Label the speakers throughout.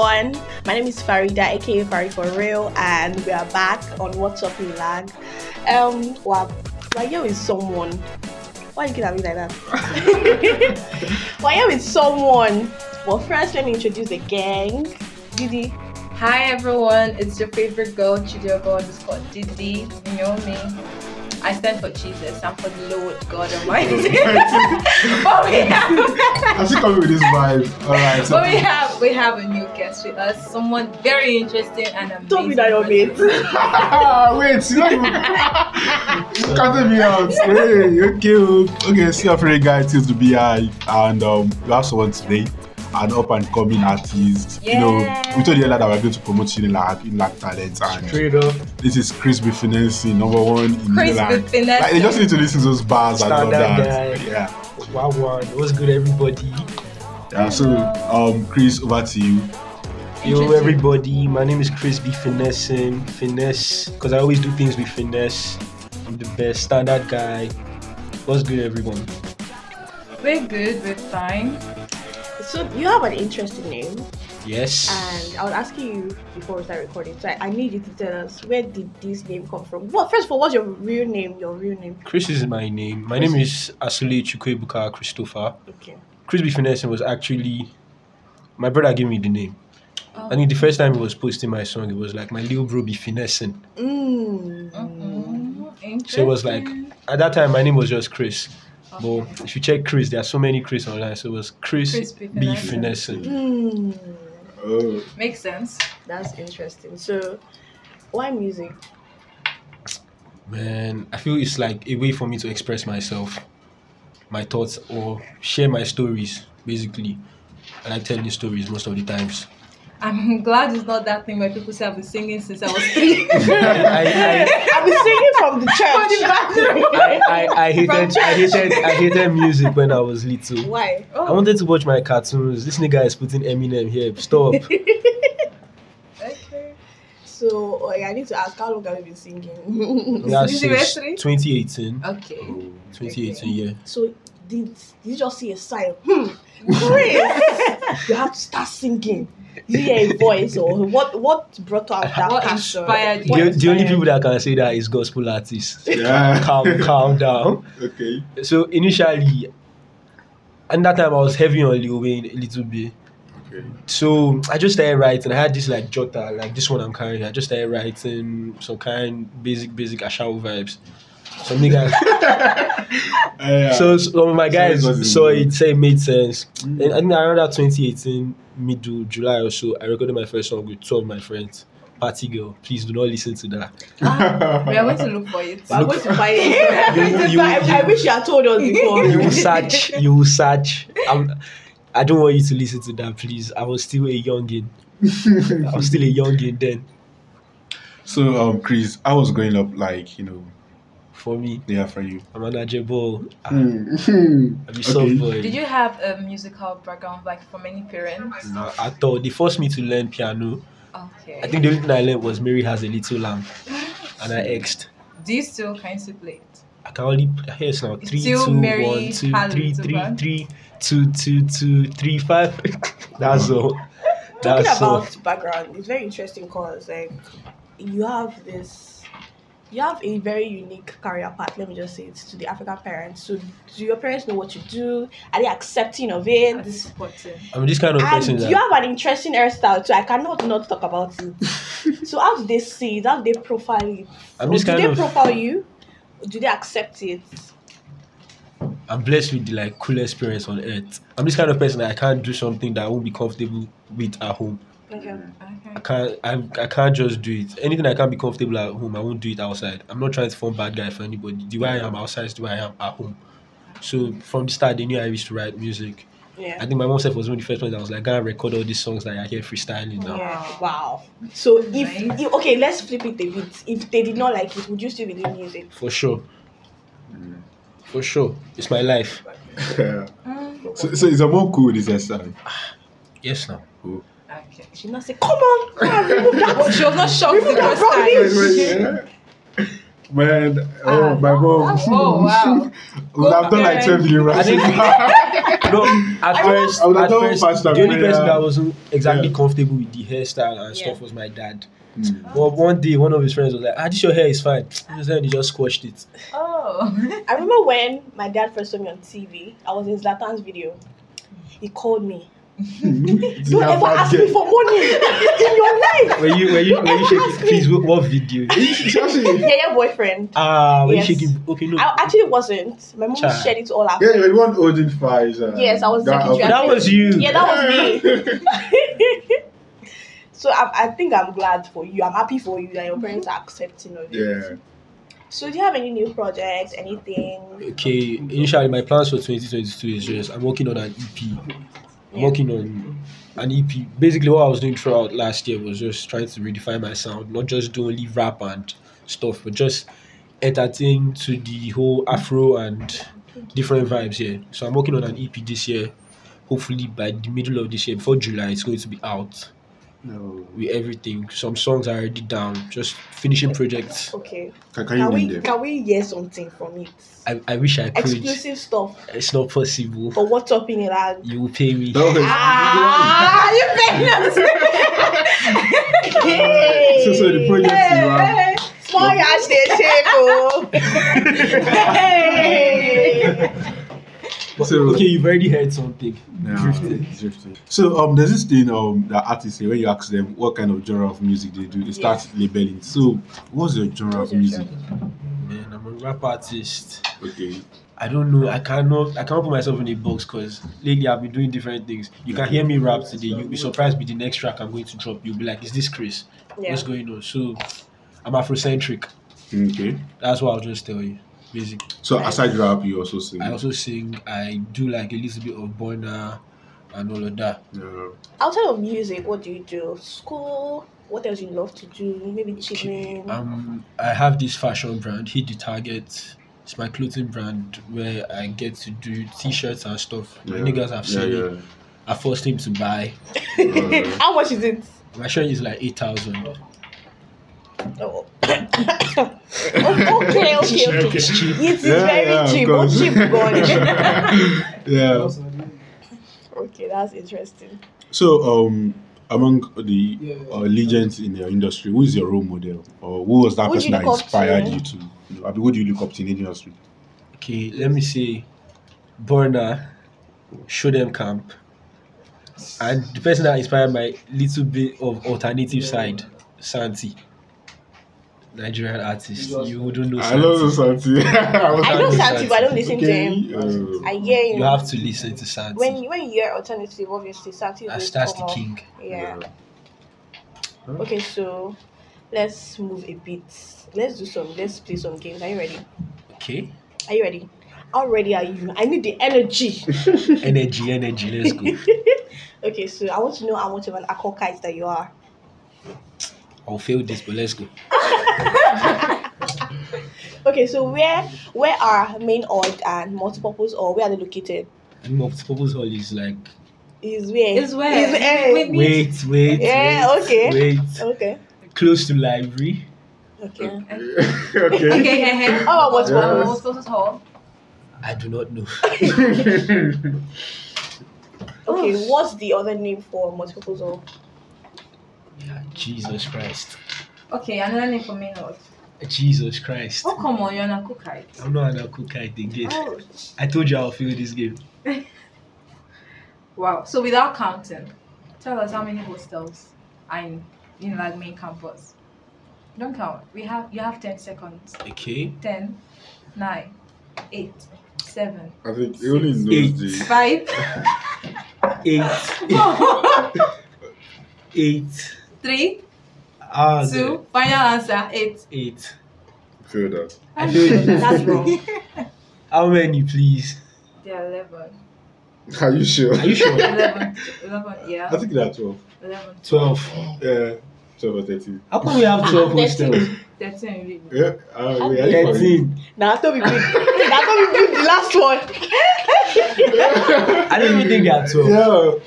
Speaker 1: My name is Farida, aka Fari for real, and we are back on What's Up Milan. Um, wow, we're here with someone. Why are you looking at me like that? we're here with someone. But first, let me introduce the gang. Didi,
Speaker 2: Hi everyone, it's your favorite girl, Chidiogo underscore Didi. You know me. I stand for Jesus, I'm for the Lord God Almighty. but we have,
Speaker 3: I should come with this vibe. All right.
Speaker 2: but we have, we have a new guest with us, someone very interesting and amazing.
Speaker 1: don't be that your mate.
Speaker 3: Ah, wait, you know, you you counted me out. Hey, okay, oh, okay. See, Afri guy till to be I, and um, we have someone today, an up and coming artist. You know, we told the other that we're going to promote you in like in like talent, and
Speaker 4: Straight up.
Speaker 3: this is Chris Bifinensi, number one in
Speaker 2: Chris
Speaker 3: England.
Speaker 2: Bifinensi.
Speaker 3: Like, they just need to listen to those bars and all
Speaker 4: Standard
Speaker 3: that.
Speaker 4: guy.
Speaker 3: Yeah.
Speaker 4: Wow, wow. What's good, everybody?
Speaker 3: Yeah. So, um, Chris, over to you.
Speaker 4: Yo, everybody. My name is Chris B. Finessing. Finesse. Because I always do things with finesse. I'm the best standard guy. What's good, everyone?
Speaker 2: We're good, we're fine.
Speaker 1: So you have an interesting name,
Speaker 4: Yes.
Speaker 1: and I was asking you before we start recording. So I, I need you to tell us where did this name come from? Well, first of all, what's your real name? Your real name?
Speaker 4: Chris is my name. My name is Asule Chukwebuka Christopher.
Speaker 1: Okay.
Speaker 4: Chris B. Finessing was actually. My brother gave me the name. I think the first time he was posting my song, it was like my little bro be finessing.
Speaker 1: Mm.
Speaker 2: Mm,
Speaker 4: So it was like
Speaker 2: interesting.
Speaker 4: at that time my name was just Chris.
Speaker 2: Okay.
Speaker 4: But if you check Chris, there are so many Chris online. So it was Chris,
Speaker 2: Chris B.
Speaker 4: B.
Speaker 2: Finesse.
Speaker 4: Finesse.
Speaker 1: Mm.
Speaker 3: Oh,
Speaker 2: Makes sense.
Speaker 1: That's interesting. So, why music?
Speaker 4: Man, I feel it's like a way for me to express myself, my thoughts, or share my stories. Basically, I like telling stories most of the times.
Speaker 2: I'm glad it's not that thing where people say I've been singing since I was three.
Speaker 4: I,
Speaker 1: I've been singing from the church.
Speaker 4: I, I, I, I hated I hated I hated music when I was little.
Speaker 1: why?
Speaker 4: I wanted to watch my cartoons. This nigga is putting Eminem here. Stop.
Speaker 2: okay.
Speaker 1: So oh, yeah, I need to ask how long have you been singing?
Speaker 4: Yeah,
Speaker 2: This is your
Speaker 4: since
Speaker 2: history?
Speaker 4: 2018.
Speaker 2: Okay.
Speaker 4: 2018, yeah.
Speaker 1: so did, did you just see a sign? Hmm. Chris, you have to start singing. You hear a voice or what? What brought out that
Speaker 2: What
Speaker 1: passion?
Speaker 2: inspired you?
Speaker 1: What
Speaker 4: The, the only
Speaker 1: inspired
Speaker 4: people that can say that is gospel artists.
Speaker 3: yeah.
Speaker 4: calm, calm down.
Speaker 3: Okay.
Speaker 4: So initially, at that time I was heavy on Lil Wayne a little bit.
Speaker 3: Okay.
Speaker 4: So I just started writing. I had this like jotter, like this one I'm carrying. I just started writing some kind basic, basic Ashao vibes. Some nigga.
Speaker 3: Yeah.
Speaker 4: So some of my guys
Speaker 3: So it was
Speaker 4: saw
Speaker 3: in-
Speaker 4: it, say it made sense.
Speaker 3: Mm.
Speaker 4: And I think around that 2018, middle July or so, I recorded my first song with two of my friends. Party girl, please do not listen to that.
Speaker 2: We are going to look for it.
Speaker 1: But I'm Ah, going to find it.
Speaker 4: You- you-
Speaker 1: I, I wish you had told us before.
Speaker 4: you will search you will search I'm, i don't want you to listen to that please i was still a youngin i was still a youngin then
Speaker 3: So, um, Chris, I was growing up like you know,
Speaker 4: for me
Speaker 3: yeah, for you.
Speaker 4: i'm manageable i'm
Speaker 1: Um,
Speaker 3: Mm.
Speaker 4: a soft boy
Speaker 2: Did you have a musical background like from any parents?
Speaker 4: No, at all they forced me to learn piano
Speaker 2: Okay.
Speaker 4: i think the only thing i learned was mary has a little lamb and i exed
Speaker 2: Do you still kind of play it?
Speaker 4: i can only yes now three
Speaker 2: Still
Speaker 4: two
Speaker 2: Mary
Speaker 4: one two
Speaker 2: has a
Speaker 4: three
Speaker 2: little
Speaker 4: three
Speaker 2: lamb.
Speaker 4: three two two two three five that's all
Speaker 1: talking
Speaker 4: that's all
Speaker 1: about background it's very interesting because like you have this you have a very unique career path let me just say it to the african parents so do your parents know what you do are they accepting of
Speaker 2: At
Speaker 1: it
Speaker 2: this button.
Speaker 4: i'm this kind of person
Speaker 1: and
Speaker 4: that
Speaker 1: you have an interesting hairstyle too i cannot not talk about it so how do they see it how do they profile it
Speaker 4: i'm
Speaker 1: Or
Speaker 4: this
Speaker 1: do
Speaker 4: kind
Speaker 1: they
Speaker 4: of
Speaker 1: profile you Or do they accept it
Speaker 4: I'm blessed with the like coolest parents on earth. I'm this kind of person that I can't do something that I won't be comfortable with at home.
Speaker 1: okay
Speaker 2: Okay.
Speaker 4: I can't I, I can't just do it. Anything I can't be comfortable at home, I won't do it outside. I'm not trying to form bad guy for anybody. The way I am outside is the way I am at home. So from the start they knew I used to write music. I
Speaker 1: yeah
Speaker 4: think my mom said was one of the first ones that was like, I record all these songs that I hear freestyling now.
Speaker 1: yeah. Wow. So if,
Speaker 2: Nice.
Speaker 1: if okay, let's flip it a bit. If they did not like it, would you still be doing music?
Speaker 4: For sure. For sure. It's my life.
Speaker 3: Yeah.
Speaker 2: Mm,
Speaker 3: So, so it's a more cool this exercise.
Speaker 4: Yes now.
Speaker 2: okay.
Speaker 1: She now said, Come on, come on, remove that.
Speaker 2: She was not shocked the
Speaker 1: Remove that
Speaker 2: first
Speaker 1: from
Speaker 2: time.
Speaker 1: me.
Speaker 3: Yeah. Man,
Speaker 1: Ah,
Speaker 3: oh, my mom.
Speaker 2: Oh, wow.
Speaker 3: would have done like 12
Speaker 4: I
Speaker 3: euros.
Speaker 4: think- no, at first,
Speaker 3: I would have
Speaker 4: at
Speaker 3: done
Speaker 4: first
Speaker 3: faster,
Speaker 4: the only
Speaker 3: but,
Speaker 4: person
Speaker 3: yeah.
Speaker 4: that wasn't exactly
Speaker 3: Yeah. Hmm.
Speaker 4: comfortable with the hairstyle and
Speaker 1: Yeah. Oh.
Speaker 4: stuff was my dad. But one day, one of his friends was like, "Ah, this your hair is fine." And then he just squashed it.
Speaker 2: Oh.
Speaker 1: I remember when my dad first saw me on TV, I was in Zlatan's video. He called me. Don't ever ask me for money in your life.
Speaker 4: Were you, were you, were you shaking? Please, what, what video?
Speaker 3: Seriously.
Speaker 1: Yeah, yeah, boyfriend.
Speaker 4: Ah, were
Speaker 1: Yes.
Speaker 4: you shaking? Okay, no.
Speaker 1: I actually wasn't. My mom
Speaker 4: Child.
Speaker 1: shared it to all our
Speaker 3: Yeah,
Speaker 1: friends.
Speaker 3: you're the one holding fires. Uh,
Speaker 1: Yes, I was
Speaker 3: that
Speaker 1: secretary.
Speaker 3: outfit.
Speaker 4: that was you.
Speaker 1: Yeah, that was me.
Speaker 3: Yeah.
Speaker 1: so I, I think I'm glad for you. I'm happy for you that your parents
Speaker 2: Mm-hmm.
Speaker 1: are accepting of you.
Speaker 3: yeah.
Speaker 1: So do you have any new projects? Anything?
Speaker 4: Okay, initially my plans for 2022 is just I'm working on an EP. I'm
Speaker 1: Yeah.
Speaker 4: working on an EP. Basically, what I was doing throughout last year was just trying to redefine my sound, not just do only rap and stuff, but just entertain to the whole Afro and different vibes here. So I'm working on an EP this year. Hopefully by the middle of this year, before July, it's going to be out
Speaker 3: No.
Speaker 4: with everything. Some songs are already down. Just finishing projects.
Speaker 1: Okay.
Speaker 3: Can, can you
Speaker 1: Can
Speaker 3: win
Speaker 1: we
Speaker 3: them?
Speaker 1: can we hear something from it?
Speaker 4: I, I wish I could.
Speaker 1: Exclusive stuff
Speaker 4: It's not possible.
Speaker 1: for what's up in Iran.
Speaker 4: You will pay me.
Speaker 3: That was-
Speaker 1: Ah, you famous. hey.
Speaker 3: So, so the project you have.
Speaker 1: Hey, hey. Small yash dey shake oh. Hey.
Speaker 4: But-
Speaker 3: So-
Speaker 4: okay, you've already heard something.
Speaker 3: Yeah, drifted. So um, there's this thing um that artists say when you ask them what kind of genre of music they do, they start labeling. So what's your genre of music?
Speaker 4: Man, I'm a rap artist.
Speaker 3: Okay.
Speaker 4: I don't know. I cannot. I cannot put myself in a box because lately I've been doing different things. You can hear me rap today. You'll be surprised with the next track I'm going to drop. You'll be like, "Is this Chris?
Speaker 1: Yeah.
Speaker 4: What's going on?" So, I'm Afrocentric.
Speaker 3: Okay.
Speaker 4: That's what I'll just tell you. Basically,
Speaker 3: So aside rap, you also sing.
Speaker 4: I also sing. I do like a little bit of Bona and all of that.
Speaker 3: Yeah.
Speaker 1: Outside of music, what do you do? School? What else you love to do? Maybe chilling.
Speaker 4: Um, I have this fashion brand, Hit the Target. It's my clothing brand where I get to do t-shirts and stuff. My
Speaker 3: Yeah.
Speaker 4: niggas have seen it.
Speaker 3: yeah,
Speaker 4: I forced him to buy.
Speaker 3: yeah. Uh,
Speaker 1: How much is it?
Speaker 4: My shirt is like eight thousand.
Speaker 1: Oh. okay, okay, okay.
Speaker 4: It's cheap.
Speaker 1: It is
Speaker 3: Yeah,
Speaker 1: very
Speaker 3: yeah, of
Speaker 1: cheap. Oh,
Speaker 3: course.
Speaker 1: cheap God.
Speaker 3: yeah.
Speaker 1: okay, that's interesting.
Speaker 3: So um, among the uh, legends in your industry, who is your role model, or who was that
Speaker 1: Who do
Speaker 3: person
Speaker 1: you
Speaker 3: that
Speaker 1: look up
Speaker 3: inspired
Speaker 1: to?
Speaker 3: you to? You know, I mean, who do you look up to in the industry?
Speaker 4: Okay, let me say, Burner, show them camp, and the person that inspired my little bit of alternative side, Santi, Nigerian artist. You wouldn't know.
Speaker 3: I love
Speaker 4: Santi.
Speaker 3: Santi.
Speaker 1: I know
Speaker 4: Santi.
Speaker 1: Santi, but I don't listen to him.
Speaker 3: Uh,
Speaker 1: I hear him.
Speaker 4: You have to listen to Santi.
Speaker 1: when when you hear alternative, obviously Santi will
Speaker 4: That's,
Speaker 1: come
Speaker 4: that's the
Speaker 1: up.
Speaker 4: king.
Speaker 1: Yeah. Okay, so let's move a bit. Let's do some. Let's play some games. Are you ready?
Speaker 4: Okay.
Speaker 1: Are you ready? How ready are you? I need the energy.
Speaker 4: Energy, energy. Let's go.
Speaker 1: okay, so I want to know how much of an akokite that you are.
Speaker 4: I'll fail this, but let's go.
Speaker 1: Okay, so where where are main odd and multipurpose or where are they located?
Speaker 4: I think Multipurpose Hall is like.
Speaker 1: Is where
Speaker 2: Is where?
Speaker 1: where.
Speaker 2: Wait.
Speaker 4: Wait, wait.
Speaker 1: Yeah,
Speaker 4: wait,
Speaker 1: okay.
Speaker 4: Wait.
Speaker 1: Okay.
Speaker 4: Close to library.
Speaker 1: Okay.
Speaker 3: uh, okay.
Speaker 2: Okay, hey, hey.
Speaker 1: How about what's
Speaker 2: Um,
Speaker 3: Yes.
Speaker 2: what's supposed to hold?
Speaker 4: I do not know.
Speaker 1: Okay, what's the other name for multipurpose or
Speaker 4: Jesus Christ.
Speaker 2: Okay, another name for me now.
Speaker 4: Jesus Christ.
Speaker 2: Oh, come on, you're not cookite.
Speaker 4: I'm not an Akukite again.
Speaker 1: Oh,
Speaker 4: I told you I'll feel this game.
Speaker 2: Wow. So without counting, tell us how many hostels are in, in like main campus. Don't count. We have you have ten seconds.
Speaker 4: Okay.
Speaker 2: Ten, nine, eight, seven,
Speaker 3: I think he only knows
Speaker 4: Eight.
Speaker 3: the.
Speaker 2: five,
Speaker 4: Eight.
Speaker 2: four,
Speaker 4: Eight.
Speaker 2: three,
Speaker 4: Ah,
Speaker 2: two. Final answer. Eight.
Speaker 4: the- Eight.
Speaker 3: Feel that.
Speaker 4: I feel you.
Speaker 1: that's wrong.
Speaker 4: How many, please?
Speaker 2: There are eleven.
Speaker 3: Are you sure?
Speaker 4: Are you sure?
Speaker 2: Eleven. Eleven.
Speaker 3: I
Speaker 2: Yeah.
Speaker 3: think there are 12.
Speaker 2: Eleven.
Speaker 4: Twelve.
Speaker 3: Yeah. 12 or 13.
Speaker 4: How come we have twelve
Speaker 1: Thirteen.
Speaker 4: hostels?
Speaker 2: Thirteen. Really.
Speaker 3: Yeah. Uh, wait, are you
Speaker 4: Thirteen.
Speaker 1: Now I thought we bring. Now I thought we bring the last one.
Speaker 4: I don't even think they are
Speaker 3: funny?
Speaker 4: twelve.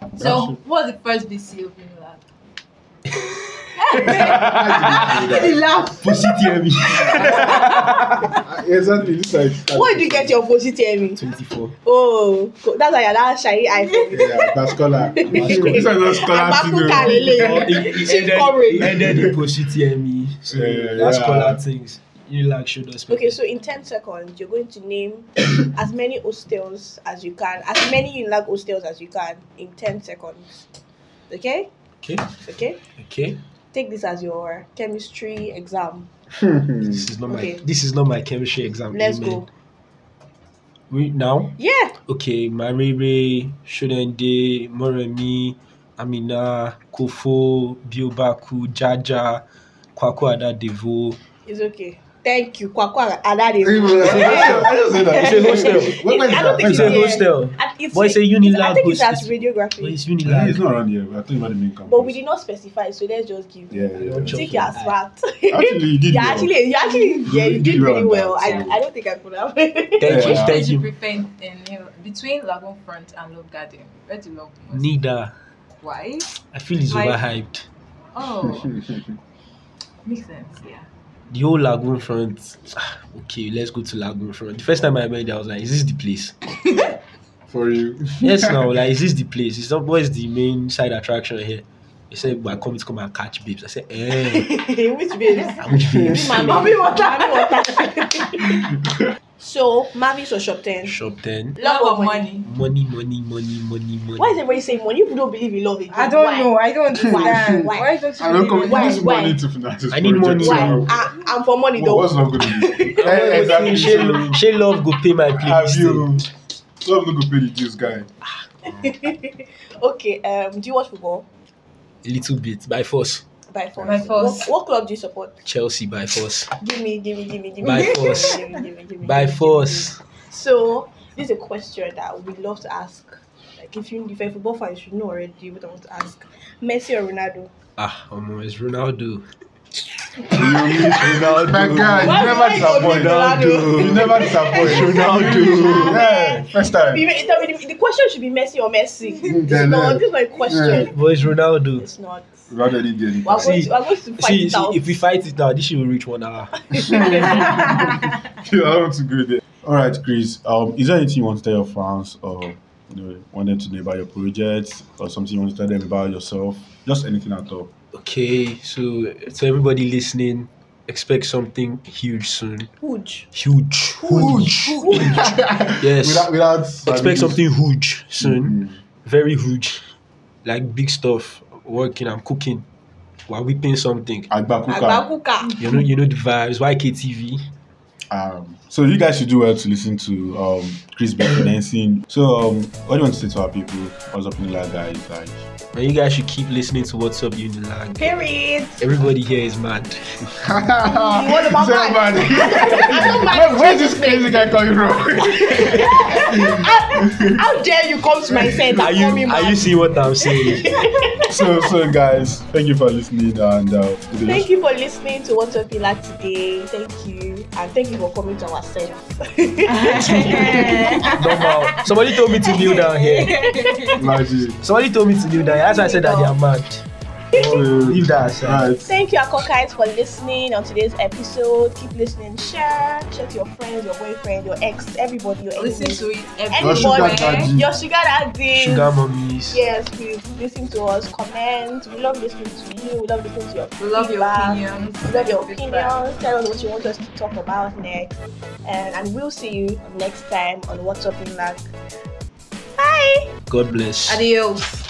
Speaker 3: Yeah.
Speaker 2: So what's the first BC of England?
Speaker 1: He laugh.
Speaker 4: Pussy TME.
Speaker 3: Uh, Exactly. This like.
Speaker 1: Where did you get your Boshi TME?
Speaker 4: 24.
Speaker 1: Oh, co- that's why you're that shiny eye for me.
Speaker 3: Yeah, that's scholar. This is not scholar
Speaker 1: Abaku
Speaker 3: thing.
Speaker 1: Kalele.
Speaker 4: It
Speaker 1: Chief
Speaker 4: ended,
Speaker 1: Comrade.
Speaker 4: it ended in Pussy TME. E, So
Speaker 3: Yeah,
Speaker 4: that's
Speaker 3: yeah.
Speaker 4: called that things. You like should us.
Speaker 1: Okay, so in 10 seconds, you're going to name as many hostels as you can, as many Unilag hostels as you can in 10 seconds. Okay?
Speaker 4: Okay.
Speaker 1: Okay?
Speaker 4: Okay.
Speaker 1: Take this as your chemistry exam.
Speaker 3: Hmm.
Speaker 4: This is not
Speaker 1: Okay.
Speaker 4: my this is not my chemistry exam.
Speaker 1: Let's
Speaker 4: Amen.
Speaker 1: go.
Speaker 4: We now
Speaker 1: Yeah.
Speaker 4: okay. Marere, Shudende, Moremi, Amina, Kofo, Biobaku, Jaja, Kwaku Ada Devo.
Speaker 1: It's okay. Thank you. Kwakwa Adade.
Speaker 3: I just said that.
Speaker 4: It's a hostel.
Speaker 3: What time is
Speaker 1: I don't
Speaker 3: that?
Speaker 1: think
Speaker 4: It's a
Speaker 1: Yeah.
Speaker 4: hostel.
Speaker 1: I- It's,
Speaker 4: But it's a
Speaker 1: I
Speaker 4: Unilag
Speaker 1: think it's as
Speaker 4: hostel. But
Speaker 1: radiography.
Speaker 4: it's
Speaker 3: Yeah, It's
Speaker 4: Unilag.
Speaker 3: not around here. We're talking about the main campus.
Speaker 1: But we did not specify, so let's just give.
Speaker 3: Yeah, yeah.
Speaker 4: Don't
Speaker 1: Take
Speaker 4: joke.
Speaker 1: your smart.
Speaker 3: Actually, you did.
Speaker 1: Yeah,
Speaker 3: well.
Speaker 1: actually, you actually, yeah, you did
Speaker 3: You
Speaker 1: really
Speaker 3: are
Speaker 1: well. I,
Speaker 3: that, so-
Speaker 1: I don't think I could have. Thank
Speaker 4: Thank you.
Speaker 3: Yeah.
Speaker 4: Thank
Speaker 2: Which you
Speaker 4: you.
Speaker 2: prefer in, in, between Lagoon Front and Love Garden? Where do you love most?
Speaker 4: Nida.
Speaker 2: Why?
Speaker 4: I feel it's
Speaker 2: Like-
Speaker 4: overhyped.
Speaker 2: Oh, makes sense. Yeah.
Speaker 4: The whole Lagoon Front. ah, Okay, let's go to Lagoon Front. The first time I met, it, I was like, "Is this the place?"
Speaker 3: For you.
Speaker 4: yes, now like, is this the place? Is not what is the main side attraction here? He said, "But I come to come and catch babes." I said, "Eh,
Speaker 1: Which babes?
Speaker 4: I wish babes."
Speaker 1: My mommy water. so, Mavis or Shop 10?
Speaker 4: Shop then.
Speaker 2: Love of money.
Speaker 4: Money, money, money, money, money.
Speaker 1: Why is everybody saying money? You don't believe in love again.
Speaker 2: I don't
Speaker 1: Why?
Speaker 2: know. I don't understand.
Speaker 1: Why?
Speaker 2: Why, don't you
Speaker 3: I don't come.
Speaker 2: believe in
Speaker 1: Why?
Speaker 3: This
Speaker 1: Why?
Speaker 3: money to finance this
Speaker 4: I need
Speaker 3: project,
Speaker 4: money.
Speaker 3: so-
Speaker 1: Why? I, I'm for money
Speaker 3: Well,
Speaker 1: though.
Speaker 3: what's love going to be?
Speaker 4: Eh, eh,
Speaker 3: exactly.
Speaker 4: She,
Speaker 3: So,
Speaker 4: she love go pay my
Speaker 3: have
Speaker 4: place.
Speaker 3: you? Love not going to pay the dues, guy.
Speaker 1: okay, um, do you watch football?
Speaker 4: Little bit by force.
Speaker 1: By force.
Speaker 2: By force.
Speaker 1: What, what club do you support?
Speaker 4: Chelsea by force.
Speaker 1: Give me, give me, give me, give me.
Speaker 4: By
Speaker 1: give me,
Speaker 4: force.
Speaker 1: give me, give me, give me,
Speaker 4: By
Speaker 1: give me, give
Speaker 4: force.
Speaker 1: me. So, this is a question that we love to ask. Like, if, you, if you're a football fan, you should know already what I want to ask. Messi or Ronaldo?
Speaker 4: Ah, um, it's Ronaldo.
Speaker 3: My guy,
Speaker 1: Why
Speaker 3: you never
Speaker 1: would I go with Ronaldo?
Speaker 3: disappoint. You never disappoint.
Speaker 4: Ronaldo.
Speaker 3: Yeah, first
Speaker 1: Be-
Speaker 3: time.
Speaker 1: it- The, the question should be Messi or Messi.
Speaker 3: Mm,
Speaker 1: This is
Speaker 3: yeah.
Speaker 1: not, this is not a question.
Speaker 4: But it's Ronaldo.
Speaker 1: It's not.
Speaker 3: Ronaldo didn't get it.
Speaker 1: We're going
Speaker 4: See,
Speaker 1: to, we're going to fight
Speaker 4: See,
Speaker 1: it
Speaker 4: see,
Speaker 1: out.
Speaker 4: if we fight it now, this shit will reach one hour.
Speaker 3: Yeah, I want to go there. All right, Chris. Um, is there anything you want to tell your fans or you know, want them to know about your project or something you want to tell them about yourself? Just anything at all.
Speaker 4: Okay, so to everybody listening, expect something huge soon.
Speaker 1: Huge.
Speaker 4: Huge. Huge. Yes.
Speaker 3: Without, without
Speaker 4: expect something huge soon.
Speaker 3: Mm.
Speaker 4: Very huge. Like big stuff. Working, I'm cooking. We're whipping something.
Speaker 3: Agbakuka.
Speaker 1: Agbakuka.
Speaker 4: You know, you know the vibes. YKTV.
Speaker 3: Um, so you guys should do well to listen to um, Chris Benson. So um, what do you want to say to our people? What's up in that guys? Like,
Speaker 4: And you guys should keep listening to What's Up Unilag.
Speaker 1: Period.
Speaker 4: Everybody here is mad.
Speaker 1: want Uh, about mine?
Speaker 3: Where, where's this crazy guy coming from?
Speaker 1: How dare you come to my center?
Speaker 4: Are you
Speaker 1: call me
Speaker 4: are
Speaker 1: man.
Speaker 4: you seeing what I'm saying?
Speaker 3: so, so guys, thank you for listening and uh,
Speaker 1: Thank you for listening to What's Up Pilar today. Thank you. And thank you for coming to our set.
Speaker 2: Uh-huh.
Speaker 4: Normal. Somebody told me to kneel down here.
Speaker 3: Magic.
Speaker 4: Somebody told me to kneel down. here. That's why I said that they are mad. Leave that aside.
Speaker 3: Right.
Speaker 1: Thank you, Akokites, for listening on today's episode. Keep listening, share, share to your friends, your boyfriend, your ex, everybody, your
Speaker 2: Listen
Speaker 1: enemies.
Speaker 2: to it
Speaker 3: Your
Speaker 2: every
Speaker 3: sugar
Speaker 2: morning.
Speaker 3: daddy.
Speaker 1: Your sugar daddy.
Speaker 4: Sugar mummies.
Speaker 1: Yes, please listen to us, comment. We love listening to you. We love listening to your
Speaker 2: We love your
Speaker 1: feedback.
Speaker 2: opinions.
Speaker 1: We love your opinions. Tell us what you want us to talk about next. And, and we'll see you next time on What's Up in Lag. Bye.
Speaker 4: God bless.
Speaker 2: Adios.